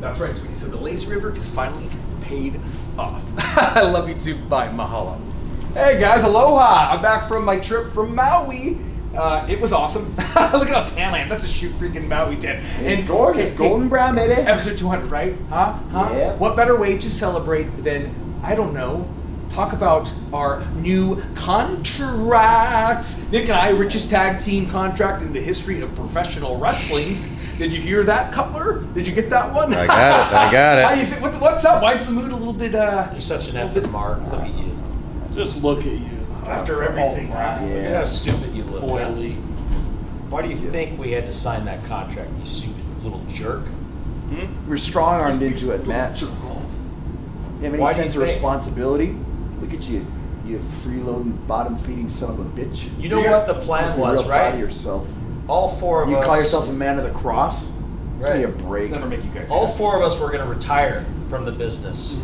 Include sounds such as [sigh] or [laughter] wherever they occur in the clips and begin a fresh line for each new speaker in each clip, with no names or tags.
That's right, sweetie. So the lazy river is finally paid off. [laughs] I love you too. Bye, mahalo. Hey guys, aloha! I'm back from my trip from Maui. Uh, it was awesome. [laughs] Look at how tan I am. That's a shoot freaking Maui tan.
It's gorgeous, golden brown, baby.
Episode 200, right? Huh? Huh?
Yeah.
What better way to celebrate than, I don't know, talk about our new contracts? Nick and I, richest tag team contract in the history of professional wrestling. Did you hear that, Cutler? Did you get that one?
I got it,
[laughs]
I got it.
How you fe- what's, what's up? Why is the mood a little bit, uh,
You're such an effing mark. Look at you. Just look at you.
after
Oh,
everything? right?
Look at how stupid you look.
Oily.
Why do you think we had to sign that contract, you stupid little jerk?
Hmm?
We're strong armed into it, Matt. You
Jerk off.
have any
Why do you
sense of
think-
responsibility? Look at you, you freeloading, bottom feeding son of a bitch.
You know
Yeah.
what the
Must
plan
be real Proud
was,
of
right?
yourself.
All four of
You
us.
call yourself a man of the cross? Give me
Right.
a break.
Never make you guys.
All
happy.
four of us were going to retire from the business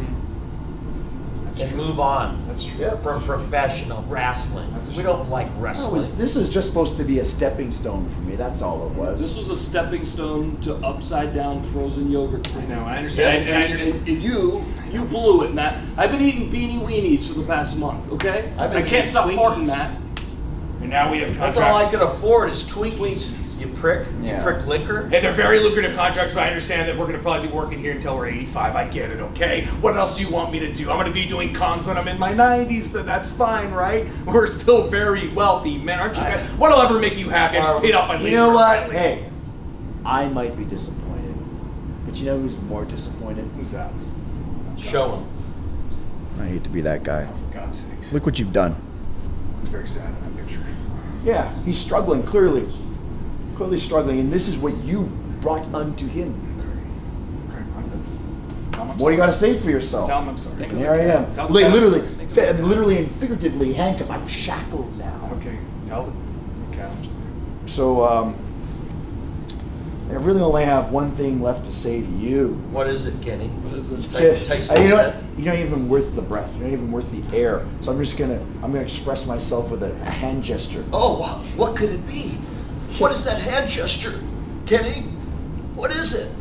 Mm-hmm.
That's
and
true.
move on
That's true.
Yep.
from professional wrestling.
That's a
We
sh-
don't like
That
wrestling.
was- this was just supposed to be a stepping stone for me. That's all it was.
This was a stepping stone to upside down frozen yogurt.
I
cream.
know. I understand.
And,
I, I
and,
understand.
and, and you, you blew it, Matt. I've been eating beanie weenies for the past month. Okay,
I've been
I can't
eating
stop
Twinkies.
farting, Matt.
And now we have
That's
contracts.
all I could afford is Twinkies. You prick.
Yeah.
You prick liquor.
Hey, they're very lucrative contracts, but I understand that we're going to probably be working here until we're 85. I get it, okay? What else do you want me to do? I'm going to be doing cons when I'm in my 90s, but that's fine, right? [laughs] We're still very wealthy, man, aren't you
I-
guys? What'll ever make you happy? I just paid off my
You
laser
know what?
finally.
Hey, I might be disappointed, but you know who's more disappointed?
Who's that?
Show him.
I hate to be that guy.
Oh, for God's sakes.
Look what you've done.
It's very sad in that picture.
Yeah, he's struggling clearly, clearly struggling, and this is what you brought unto him.
Okay, I'm- Tell him I'm
What do you got to
sorry.
say for yourself?
Tell him I'm sorry.
And Here I am,
Tell him
like
I'm sorry.
literally,
Thank
fa-
you.
literally and figuratively handcuffed. I'm shackled now.
Okay, tell them. Okay, I'm just-
So, um, I really only have one thing left to say to you.
What is it, Kenny? What is
It's
it? Tyson
you know what?
Smith.
You're not even worth the breath. You're not even worth the air. So I'm just gonna, I'm gonna express myself with a, a hand gesture.
Oh, wha- what could it be? What is that hand gesture, Kenny? What is it?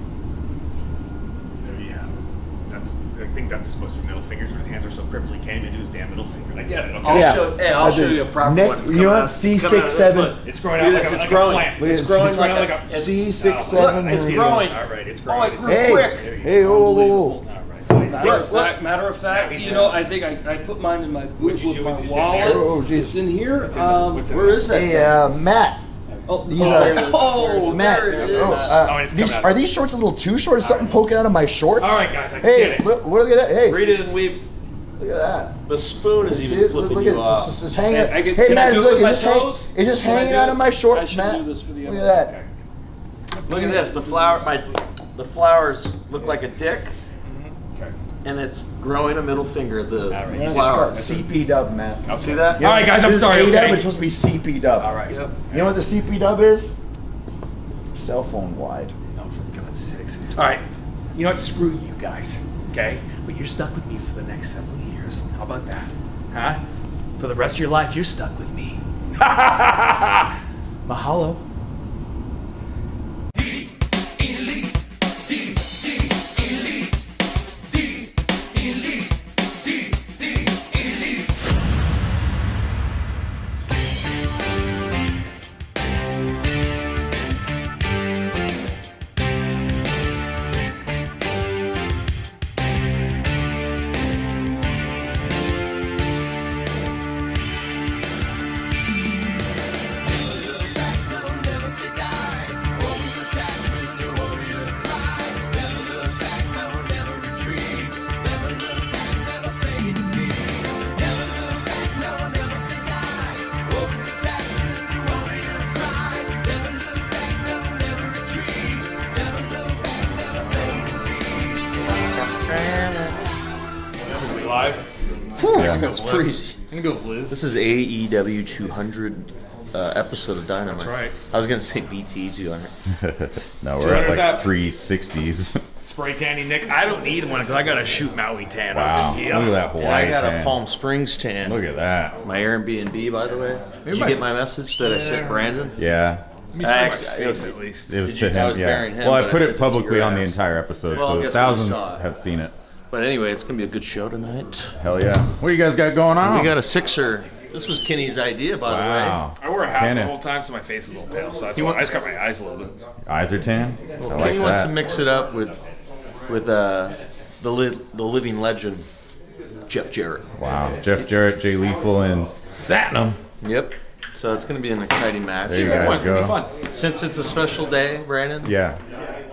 There you have it. That's. I think that's supposed to be middle fingers. His hands are so crippled he can't even do his damn middle fingers. I get it. Okay.
I'll
Yeah.
show. Hey, I'll
I
show
do.
you a proper
Nick,
one. It's
you
coming
know what?
out- it's
C
coming out of
six
this
seven.
one.
It's growing out
Look
like,
at
a,
this,
like
it's
a
growing.
plant.
Look,
It's
it's-
growing
it's
like,
like
a.
a-
C6,
oh,
seven,
I see it.
it's growing.
All right, it's
Oh,
growing.
it
It's-
grew
Hey,
quick.
There you go.
hey, oh. whoa, whoa, whoa.
All right.
Matter
Matter
of fact, matter of fact,
Nice.
you know, I think I, I put mine in my boot
What'd you
with
do?
my
It's in
wallet.
there?
Oh, geez.
It's in here.
What's in there?
Um,
What's in
where
there?
is that?
Hey, uh, Matt,
Oh,
these
oh,
are-
there it is.
Oh,
Matt,
there it is.
oh, uh,
Oh, it's
these,
coming out.
are these shorts a little too short? Is something poking out of my shorts?
All right, guys, I
hey,
get it.
Look, look at that. Hey,
Read it and weep.
look at that.
The spoon is
See
even
it?
flipping
look
you
at
off.
this. It's just hanging.
I- I can-
hey,
can I
Matt,
do it
look,
with my
it's, just hang,
toes?
it's just
Can I
hanging
do
out
it?
of my
I
shorts,
should
Matt.
do this for the
look at
other-
that.
Okay.
Look at this. The flower, my, the flowers look like a dick,
Okay.
and it's growing a middle finger. The
All right.
Yeah,
It's
it's
flower.
got CP dub, Matt.
Okay.
See that?
Yeah,
All right, guys. I'm
this is
sorry.
A dub,
Okay.
it's supposed to be CP dub.
All right.
Yep.
You know what the CP dub is? Cell phone wide.
Oh, for God's sakes. All right. You know what? Screw you guys. Okay? But you're stuck with me for the next several years. How about that? Huh? For the rest of your life, you're stuck with me. Mahalo.
That's
freezing.
I'm gonna go with Liz.
This is E AEW 200 uh, episode of Dynamite.
That's right.
I was gonna say E BT 200.
[laughs] No, we're at
that-
like 360s.
Spray tanning, Nick. I don't need one because I gotta shoot Maui tan.
[laughs] wow.
Yeah.
Look at that
And I
Hawaii
got a
tan.
Palm Springs tan.
Look at that.
My Airbnb, by the way. Did you
my-
get my message that I sent Brandon?
Yeah.
me
I
spread my
actually- it
face
was-
at least.
It was
Did
to
you-
him.
I was
yeah.
burying him,
well, I
but I
put
said
it
it's your
publicly on the
ass.
entire episode,
Well,
so
guess what? We
thousands
saw it.
have seen it.
But anyway, it's gonna be a good show tonight.
Hell yeah! What do you guys got going on?
We got a sixer.
This was Kenny's idea, by
Oh. wow.
I wore a hat
Tannin.
the whole time, so my face is a little pale. So that's why I just got my eyes a little bit.
Eyes are tan. I like
Kenny wants
that.
to mix it up with with uh, the li- the living legend, Jeff Jarrett.
Wow. Jeff Jarrett, Jay Lethal, and Satnam.
Yep. So it's gonna be an exciting match.
There you
Come on,
Guys
it's gonna be
go.
fun.
Since it's a special day, Brandon.
Yeah.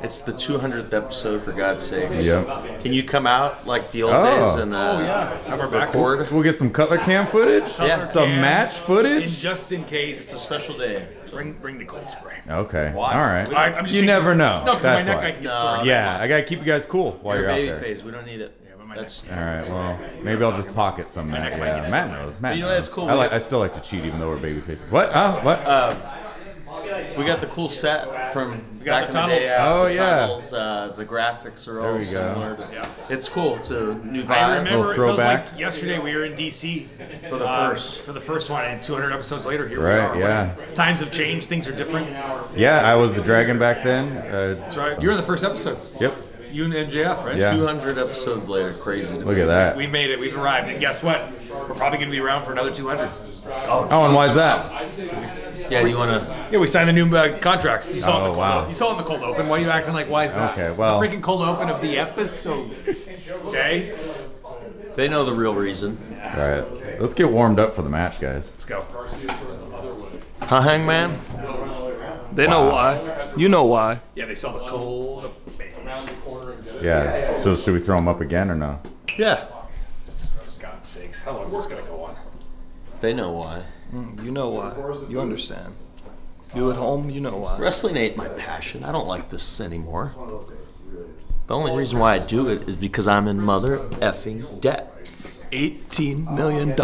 It's the 200th episode, for God's sakes.
Yep.
Can you come out like the old
Oh.
days and uh,
Oh yeah, have our back.
record?
We'll get some color cam footage.
Yeah.
Some
cam.
match
And
footage.
just in case,
It's a
just
special day.
bring bring the cold spray.
Okay. All right.
I- I'm just
you
saying-
never know.
No, because my
That's
neck
why.
I can get sore.
Yeah, I gotta keep you guys cool while
Your
you're out
baby
there.
phase. We don't need it.
but my
That's
All right. Well, maybe I'll just pocket some. Matt,
neck might
yeah.
get
Matt
sore.
knows. Matt
You know,
knows.
that's cool.
I,
Uh,
like, I still like to cheat, even though we're baby faces. What? Oh, what?
we got the cool set from
got
back
the
in the day.
Oh,
tunnels.
the
yeah.
tunnels, uh, the graphics are
There
all
we go.
similar. to- It's cool. It's a new vibe.
I remember it
Little
feels like
throwback.
yesterday we were in DC for
the
uh,
first.
for the first one, and 200 episodes later, here
Right,
we are.
yeah.
Times have changed. Things are different. That's
yeah, I was the dragon back then. Uh,
right. You're in the first episode.
yep.
You and MJF, right?
Yeah.
200 episodes later, crazy. To
Look
me.
at that.
We made it. We've arrived. And guess what? We're probably going to be around for another 200.
Oh, and why's that?
Yeah, do you want to?
Yeah, we signed the new uh, contracts. You saw it in
Oh,
the cold
wow.
open. You saw it in the cold open. Why are you acting like why is that?
Okay, well-
It's a freaking cold open of the episode. Okay?
They know the real reason.
All right. Let's get warmed up for the match, guys.
Let's go.
Huh, Hangman?
They know why. You know why.
Yeah, they saw the cold open.
Yeah. So should we throw them up again or no?
Yeah.
For God's sakes, how long is this going to go on?
They know why.
Mm, You know why. You understand. You at home, you know why.
Wrestling ain't my passion. I don't like this anymore. The only reason why I do it is because I'm in mother effing debt.
$18 million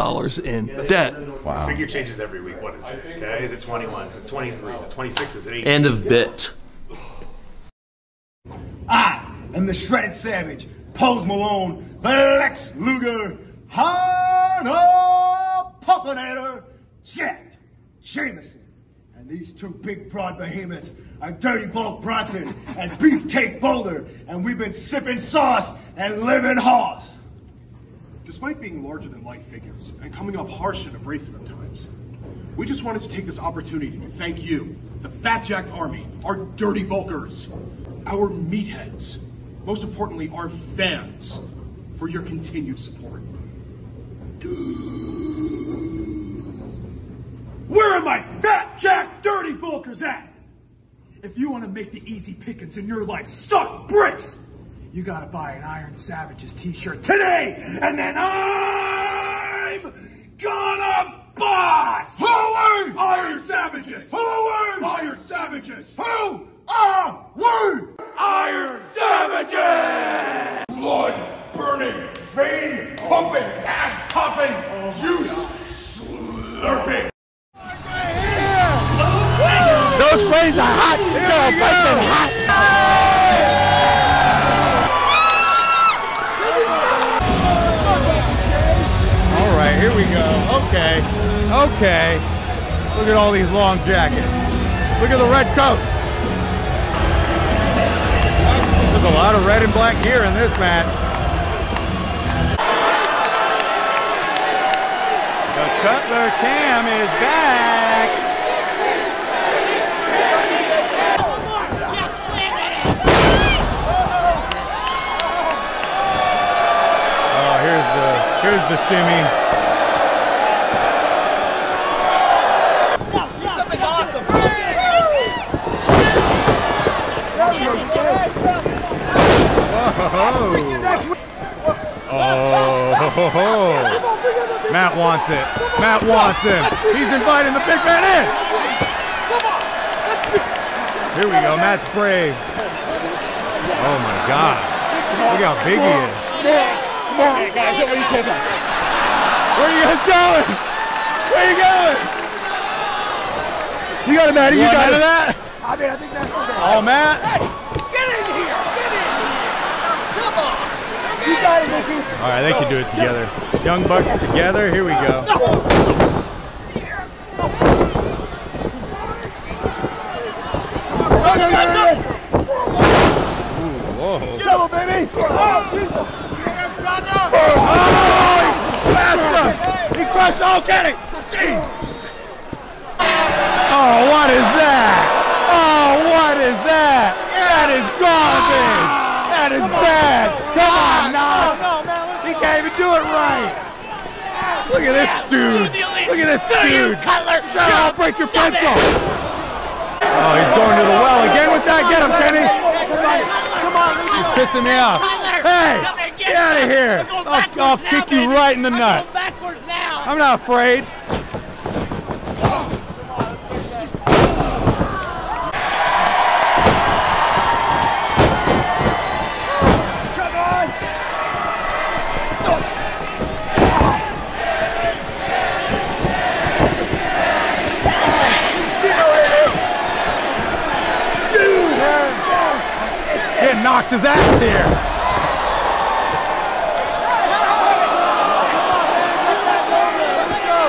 in debt.
Wow.
Figure changes every week. What is it? Okay, is it 21? Is it 23? Is it 26? Is it 18?
End of bit.
I am the shredded savage, Pose Malone, the Lex Luger, Hana Pumpinator, Jack Jameson. And these two big broad behemoths are Dirty Bulk Bronson and Beefcake Boulder, and we've been sipping sauce and living hoss.
Despite being larger than life figures and coming off harsh and abrasive at times, we just wanted to take this opportunity to thank you, the Fat Jack Army, our dirty bulkers, our meatheads, most importantly, our fans, for your continued support.
Where are my fat jack dirty bulkers at? If you want to make the easy pickings in your life suck bricks, you gotta buy an Iron Savages t-shirt today, and then I'm gonna boss! Who are Iron Savages? Who are Iron Savages? Who are we? Iron Savages! Blood burning, vein pumping, ass popping, juice slurping.
Those flames are hot. They're fucking hot. All right, here we go. Okay, okay. Look at all these long jackets. Look at the red coats. There's a lot of red and black gear in this match. The Cutler Cam is back. Oh, here's the here's the shimmy. Something awesome. Oh, [laughs] ho, ho, ho. Matt wants it. Matt wants him. He's inviting the big man in. Here we go. Matt's brave. Oh my God. Look how big he is. Where are you guys going? Where are you going? You got it, Matty. You, got it. that? I mean, I think that's okay. Oh, Matt. Hey, get in here. Get in here. Come on. You got it, All right, they can do it together. Young Bucks together. Here we go. Whoa.
Double, baby! Oh, Jesus!
Oh, he crushed him! He crushed Oh, get it! Jeez. Oh, what is that? Oh, what is that? That is garbage! That is bad! Come on, Nas! He can't even do it right! Look at this dude! Look at this dude! Shut up! Break your pencil! Oh, he's going to the well again with that. Get him, Kenny! He's pissing me off. Hey, get out of here! I'll, I'll kick you right in the nuts. I'm not afraid. It knocks his ass here. Oh!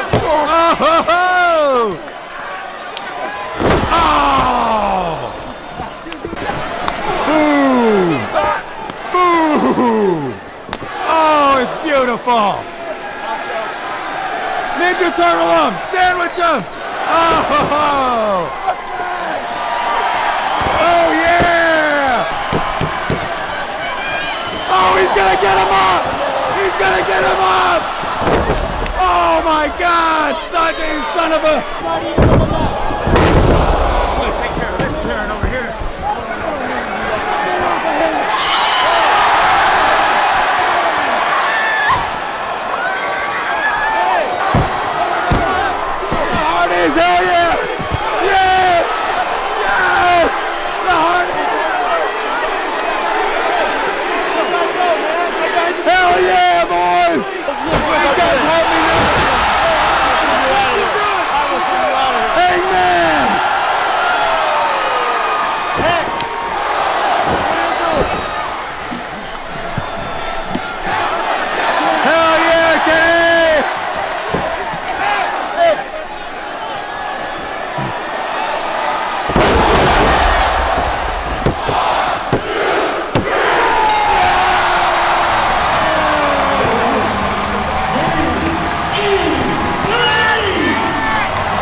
ho, ho. Oh! Boo! Boo! Oh, it's beautiful. Ninja turtle him! Sandwich him! Oh! ho, ho. Oh yeah! Oh, he's gonna get him up! He's gonna get him up! Oh my God! Son, you son of a! Hardies, hell yeah! Yes! Yes! The Hardies! Hell yeah, boys! You guys help me now! Hangman! Hell yeah, Kenny!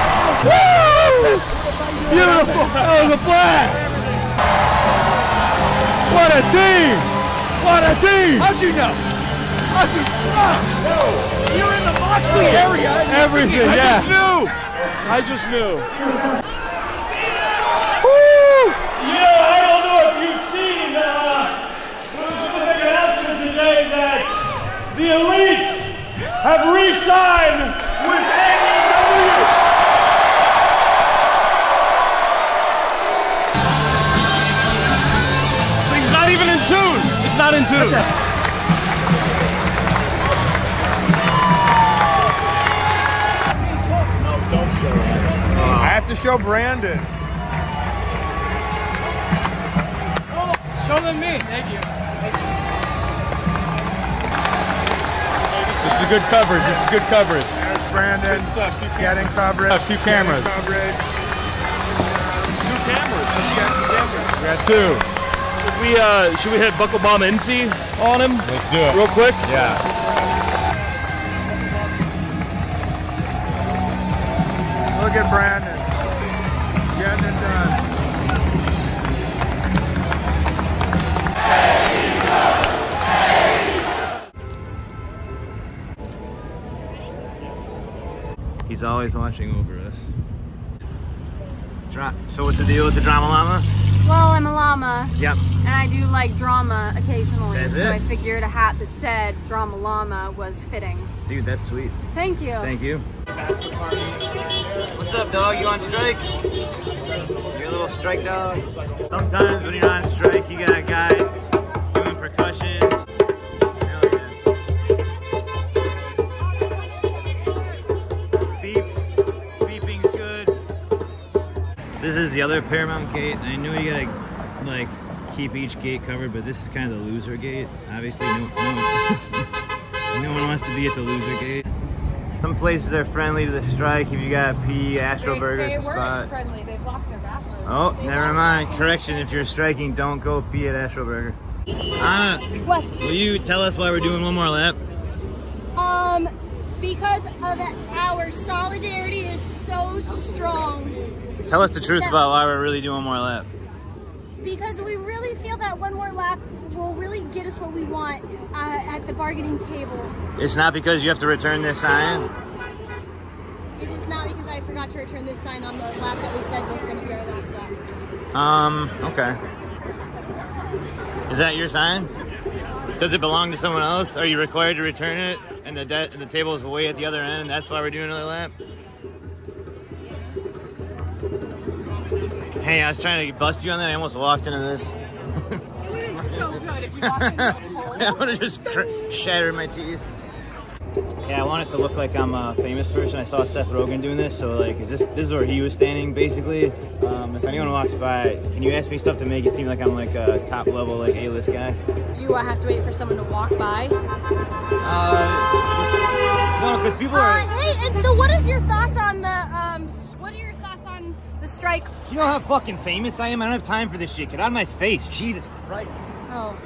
Woo! Beautiful. That was a blast. What a team. What a team.
How'd you know? How'd you? Oh, no. You're in the Moxley area.
Everything,
I just
yeah.
knew.
I just knew.
Woo!
Yeah, I don't know if you've seen, uh, there was a big announcement today that the Elite have re-signed with AEW. This thing's not even in tune. It's not in tune.
I have to show Brandon.
Show them me. Thank you.
This is good coverage. This is good coverage.
There's Brandon getting coverage.
I have two cameras.
Coverage.
Two cameras.
We got two.
Should we, uh, should we hit Buckle Bomb NC on him
Let's do it.
real quick?
Yeah.
Look at Brandon. Getting it done.
He's always watching over us. Dra- so what's the deal with the drama llama?
Well, I'm a llama,
Yep.
and I do like drama occasionally,
That's
so
it.
I figured a hat that said drama llama was fitting.
Dude, that's sweet.
Thank you.
Thank you. What's up, dog? You on strike? You're a little strike dog. Sometimes when you're on strike, you got a guy doing percussion. Hell yeah. Beeps. Beeping's good. This is the other Paramount gate, and I know you gotta like keep each gate covered, but this is kind of the loser gate. Obviously, no, no, one, [laughs] no one wants to be at the loser gate. Some places are friendly to the strike. If you got pee, Astro Burgers, the spot.
friendly. They blocked their bathroom.
Oh, never mind. Correction, if you're striking, don't go pee at Astroburger. Anna,
What?
will you tell us why we're doing one more lap?
Um, because of that, our solidarity is so strong.
Tell us the truth
That-
about why we're really doing one more lap.
Because we really feel that one more lap will really get us what we want uh, at the bargaining table.
It's not because you have to return this sign.
It is not because I forgot to return this sign on the lap that we said was going to be our last lap.
Um, okay. Is that your sign? Does it belong to someone else? Are you required to return it? And the de- the table is way at the other end, and that's why we're doing another lap. Hey, I was trying to bust you on that. I almost walked into this. [laughs]
so good if you
I would have just cr- shattered my teeth. Yeah, I want it to look like I'm a famous person. I saw Seth Rogen doing this, so like, is this this is where he was standing basically? Um, if anyone walks by, can you ask me stuff to make it seem like I'm like a top level like A-list guy?
[laughs] Do I have to wait for someone to walk by?
Uh,
No, because people are.
uh, Hey, and so what is your thoughts on the um? s- What are your thoughts on the strike?
You know how fucking famous I am. I don't have time for this shit. Get out of my face, Jesus Christ.
Oh.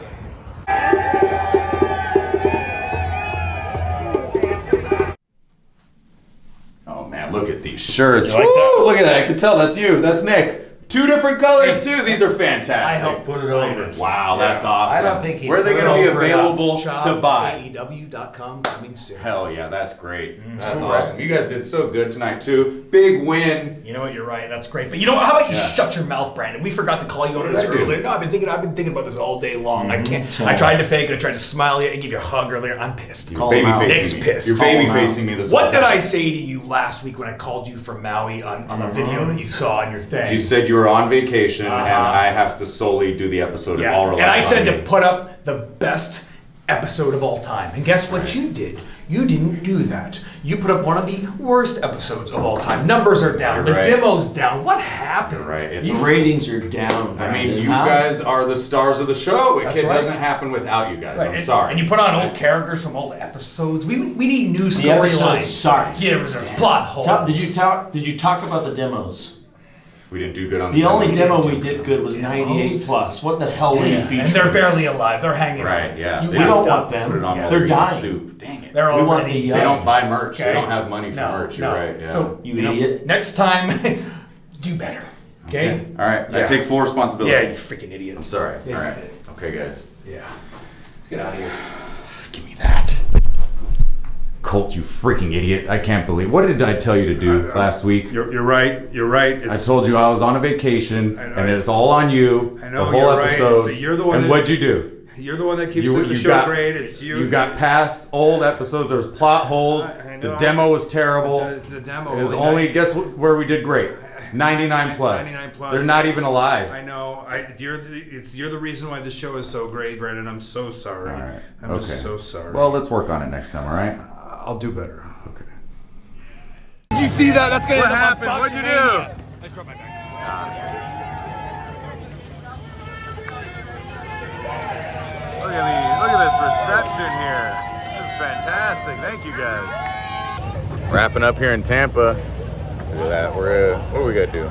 Oh man, look at these shirts.
You like
Woo,
that?
look at that. I can tell that's you. That's Nick. Two different colors too. These are fantastic.
I helped put it over.
Wow,
Yeah.
that's awesome.
I don't think he
Where are they
put
going to be
it over enough.
available to
Shop
buy?
E
AEW.com coming soon.
Hell yeah, that's great. Mm, that's
cool.
awesome. You guys did so good tonight too. Big win.
You know what? You're right. That's great. But you know what? How about you
Yeah.
shut your mouth, Brandon? We forgot to call you on
What did
this
I do?
earlier. No, I've been thinking. I've been thinking about this all day long. I can't.
Mhm.
I tried to fake it. I tried to smile at you. I give you a hug earlier. I'm pissed.
You're Call him baby-facing out.
Nick's
me.
pissed.
You're Call him baby-facing out. me this
What
whole
did
time.
I say to you last week when I called you from Maui on, on the video that you saw on your thing?
Mm-hmm. You said you were on vacation and
Uh-huh.
I have to solely do the episode
Yeah.
of all
and I
relies on
said
you.
to put up the best episode of all time. And guess what you did? You didn't do that. You put up one of the worst episodes of all time. Numbers are down.
You're
the
right.
demo's down. What happened?
Right. It's,
You-
ratings are down.
I mean,
Brandon,
you
huh?
guys are the stars of the show. It
That's
can-
right.
doesn't happen without you guys.
Right,
I'm
and-
sorry.
And you put on old characters from old episodes. We we need new
The episodes
storylines.
sucked.
Yeah, episodes. Plot holes.
Ta- did you talk? Did you talk about the demos?
We didn't do good on
The only
demos.
demo we did good was 98 plus. What the hell were you
Yeah, And
featuring?
they're barely alive. They're hanging.
Right,
on.
yeah.
You
They
messed
don't
up.
want them. Put it on while
They're
we eat
dying.
soup. Dang it.
They're
We
all
want
ready.
the, uh, They don't buy merch. They don't have money for merch. You're right, yeah.
So
You
know,
idiot.
next time, [laughs] do better. Okay.
All right. I
Yeah.
take full responsibility.
Yeah, you freaking idiot.
I'm sorry.
Yeah,
All
you
right.
did.
Okay, guys.
Yeah. Let's get out of here.
Colt, you freaking idiot. I can't believe. What did I tell you to do last week?
You're, you're right. You're right.
I told you I was on a vacation and it's all on you.
I know,
the whole
you're right.
episode.
So you're the one
And
that-
what'd you do?
You're the one that keeps
You-
the
you
show
got-
great. It's you.
You got past old episodes. There was plot holes. the
know.
demo was terrible.
The- the demo
It was
was
only guess wh- where we did
[laughs]
great. 99 plus.
99 plus.
They're not even alive.
I know. I, you're the, it's you're the reason why this show is so great, Brandon. I'm so sorry. I'm just so sorry.
Well, let's work on it next time. All right.
I'll do better.
Did you see that? That's gonna
What
end up
happened?
on
What'd you do?
Boxmania.
I just rubbed my back.
Look at me. Look at this reception here. This is fantastic. Thank you guys.
Wrapping up here in Tampa. Look at that. We're uh, what do we gotta do?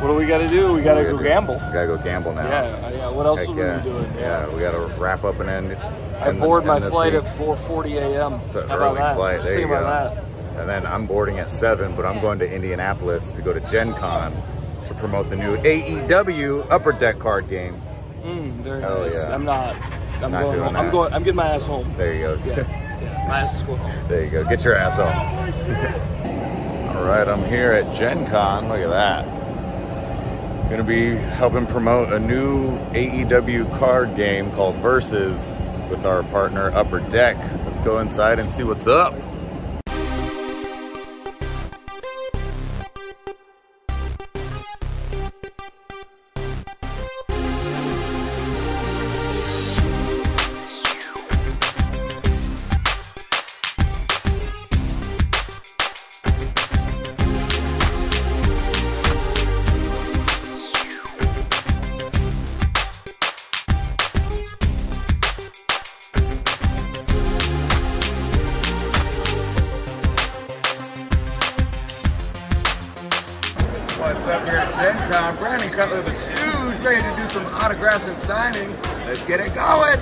What do we got to do? We got to go gamble.
gotta go gamble now.
Yeah, yeah, what else
Heck
would we be
yeah.
doing?
Yeah, we gotta wrap up and end.
I
end-
board my
end this
flight
week.
at 4:40 a.m.
It's an
How about
early
that?
flight. There
See
you go.
about
And then I'm boarding at seven, but I'm going to Indianapolis to go to Gen Con to promote the new
E
AEW Upper Deck card game.
that. Mm, very
Hell
nice.
yeah.
I'm not. I'm
Not
going.
doing
home.
that.
I'm going. I'm getting my ass home.
There you go. [laughs]
Yeah, my ass is going home.
There you go. Get your ass
[laughs]
home. All right, I'm here at Gen Con. Look at that. Gonna be helping promote a new AEW card game called Versus with our partner Upper Deck. Let's go inside and see what's up.
Con Brandon Cutler, the Stooge, ready to do some autographs and signings. Let's get it going.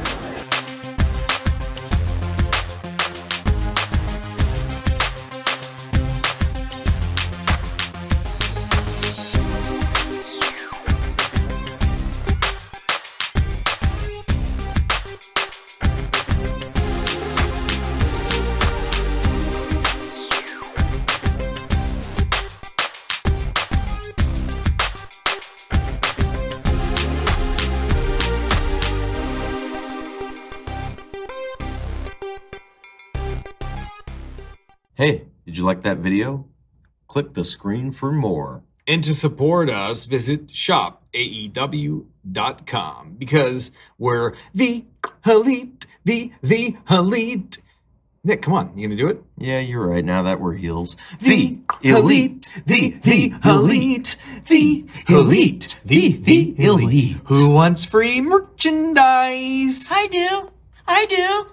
Hey, did you like that video? Click the screen for more.
And to support us, visit E shopaew.com because we're the elite, the, the elite. Nick, come on, you gonna do it?
Yeah, you're right. Now that we're heels,
The elite, the, the elite, the elite, the, the elite. Who wants free merchandise?
I do. I do.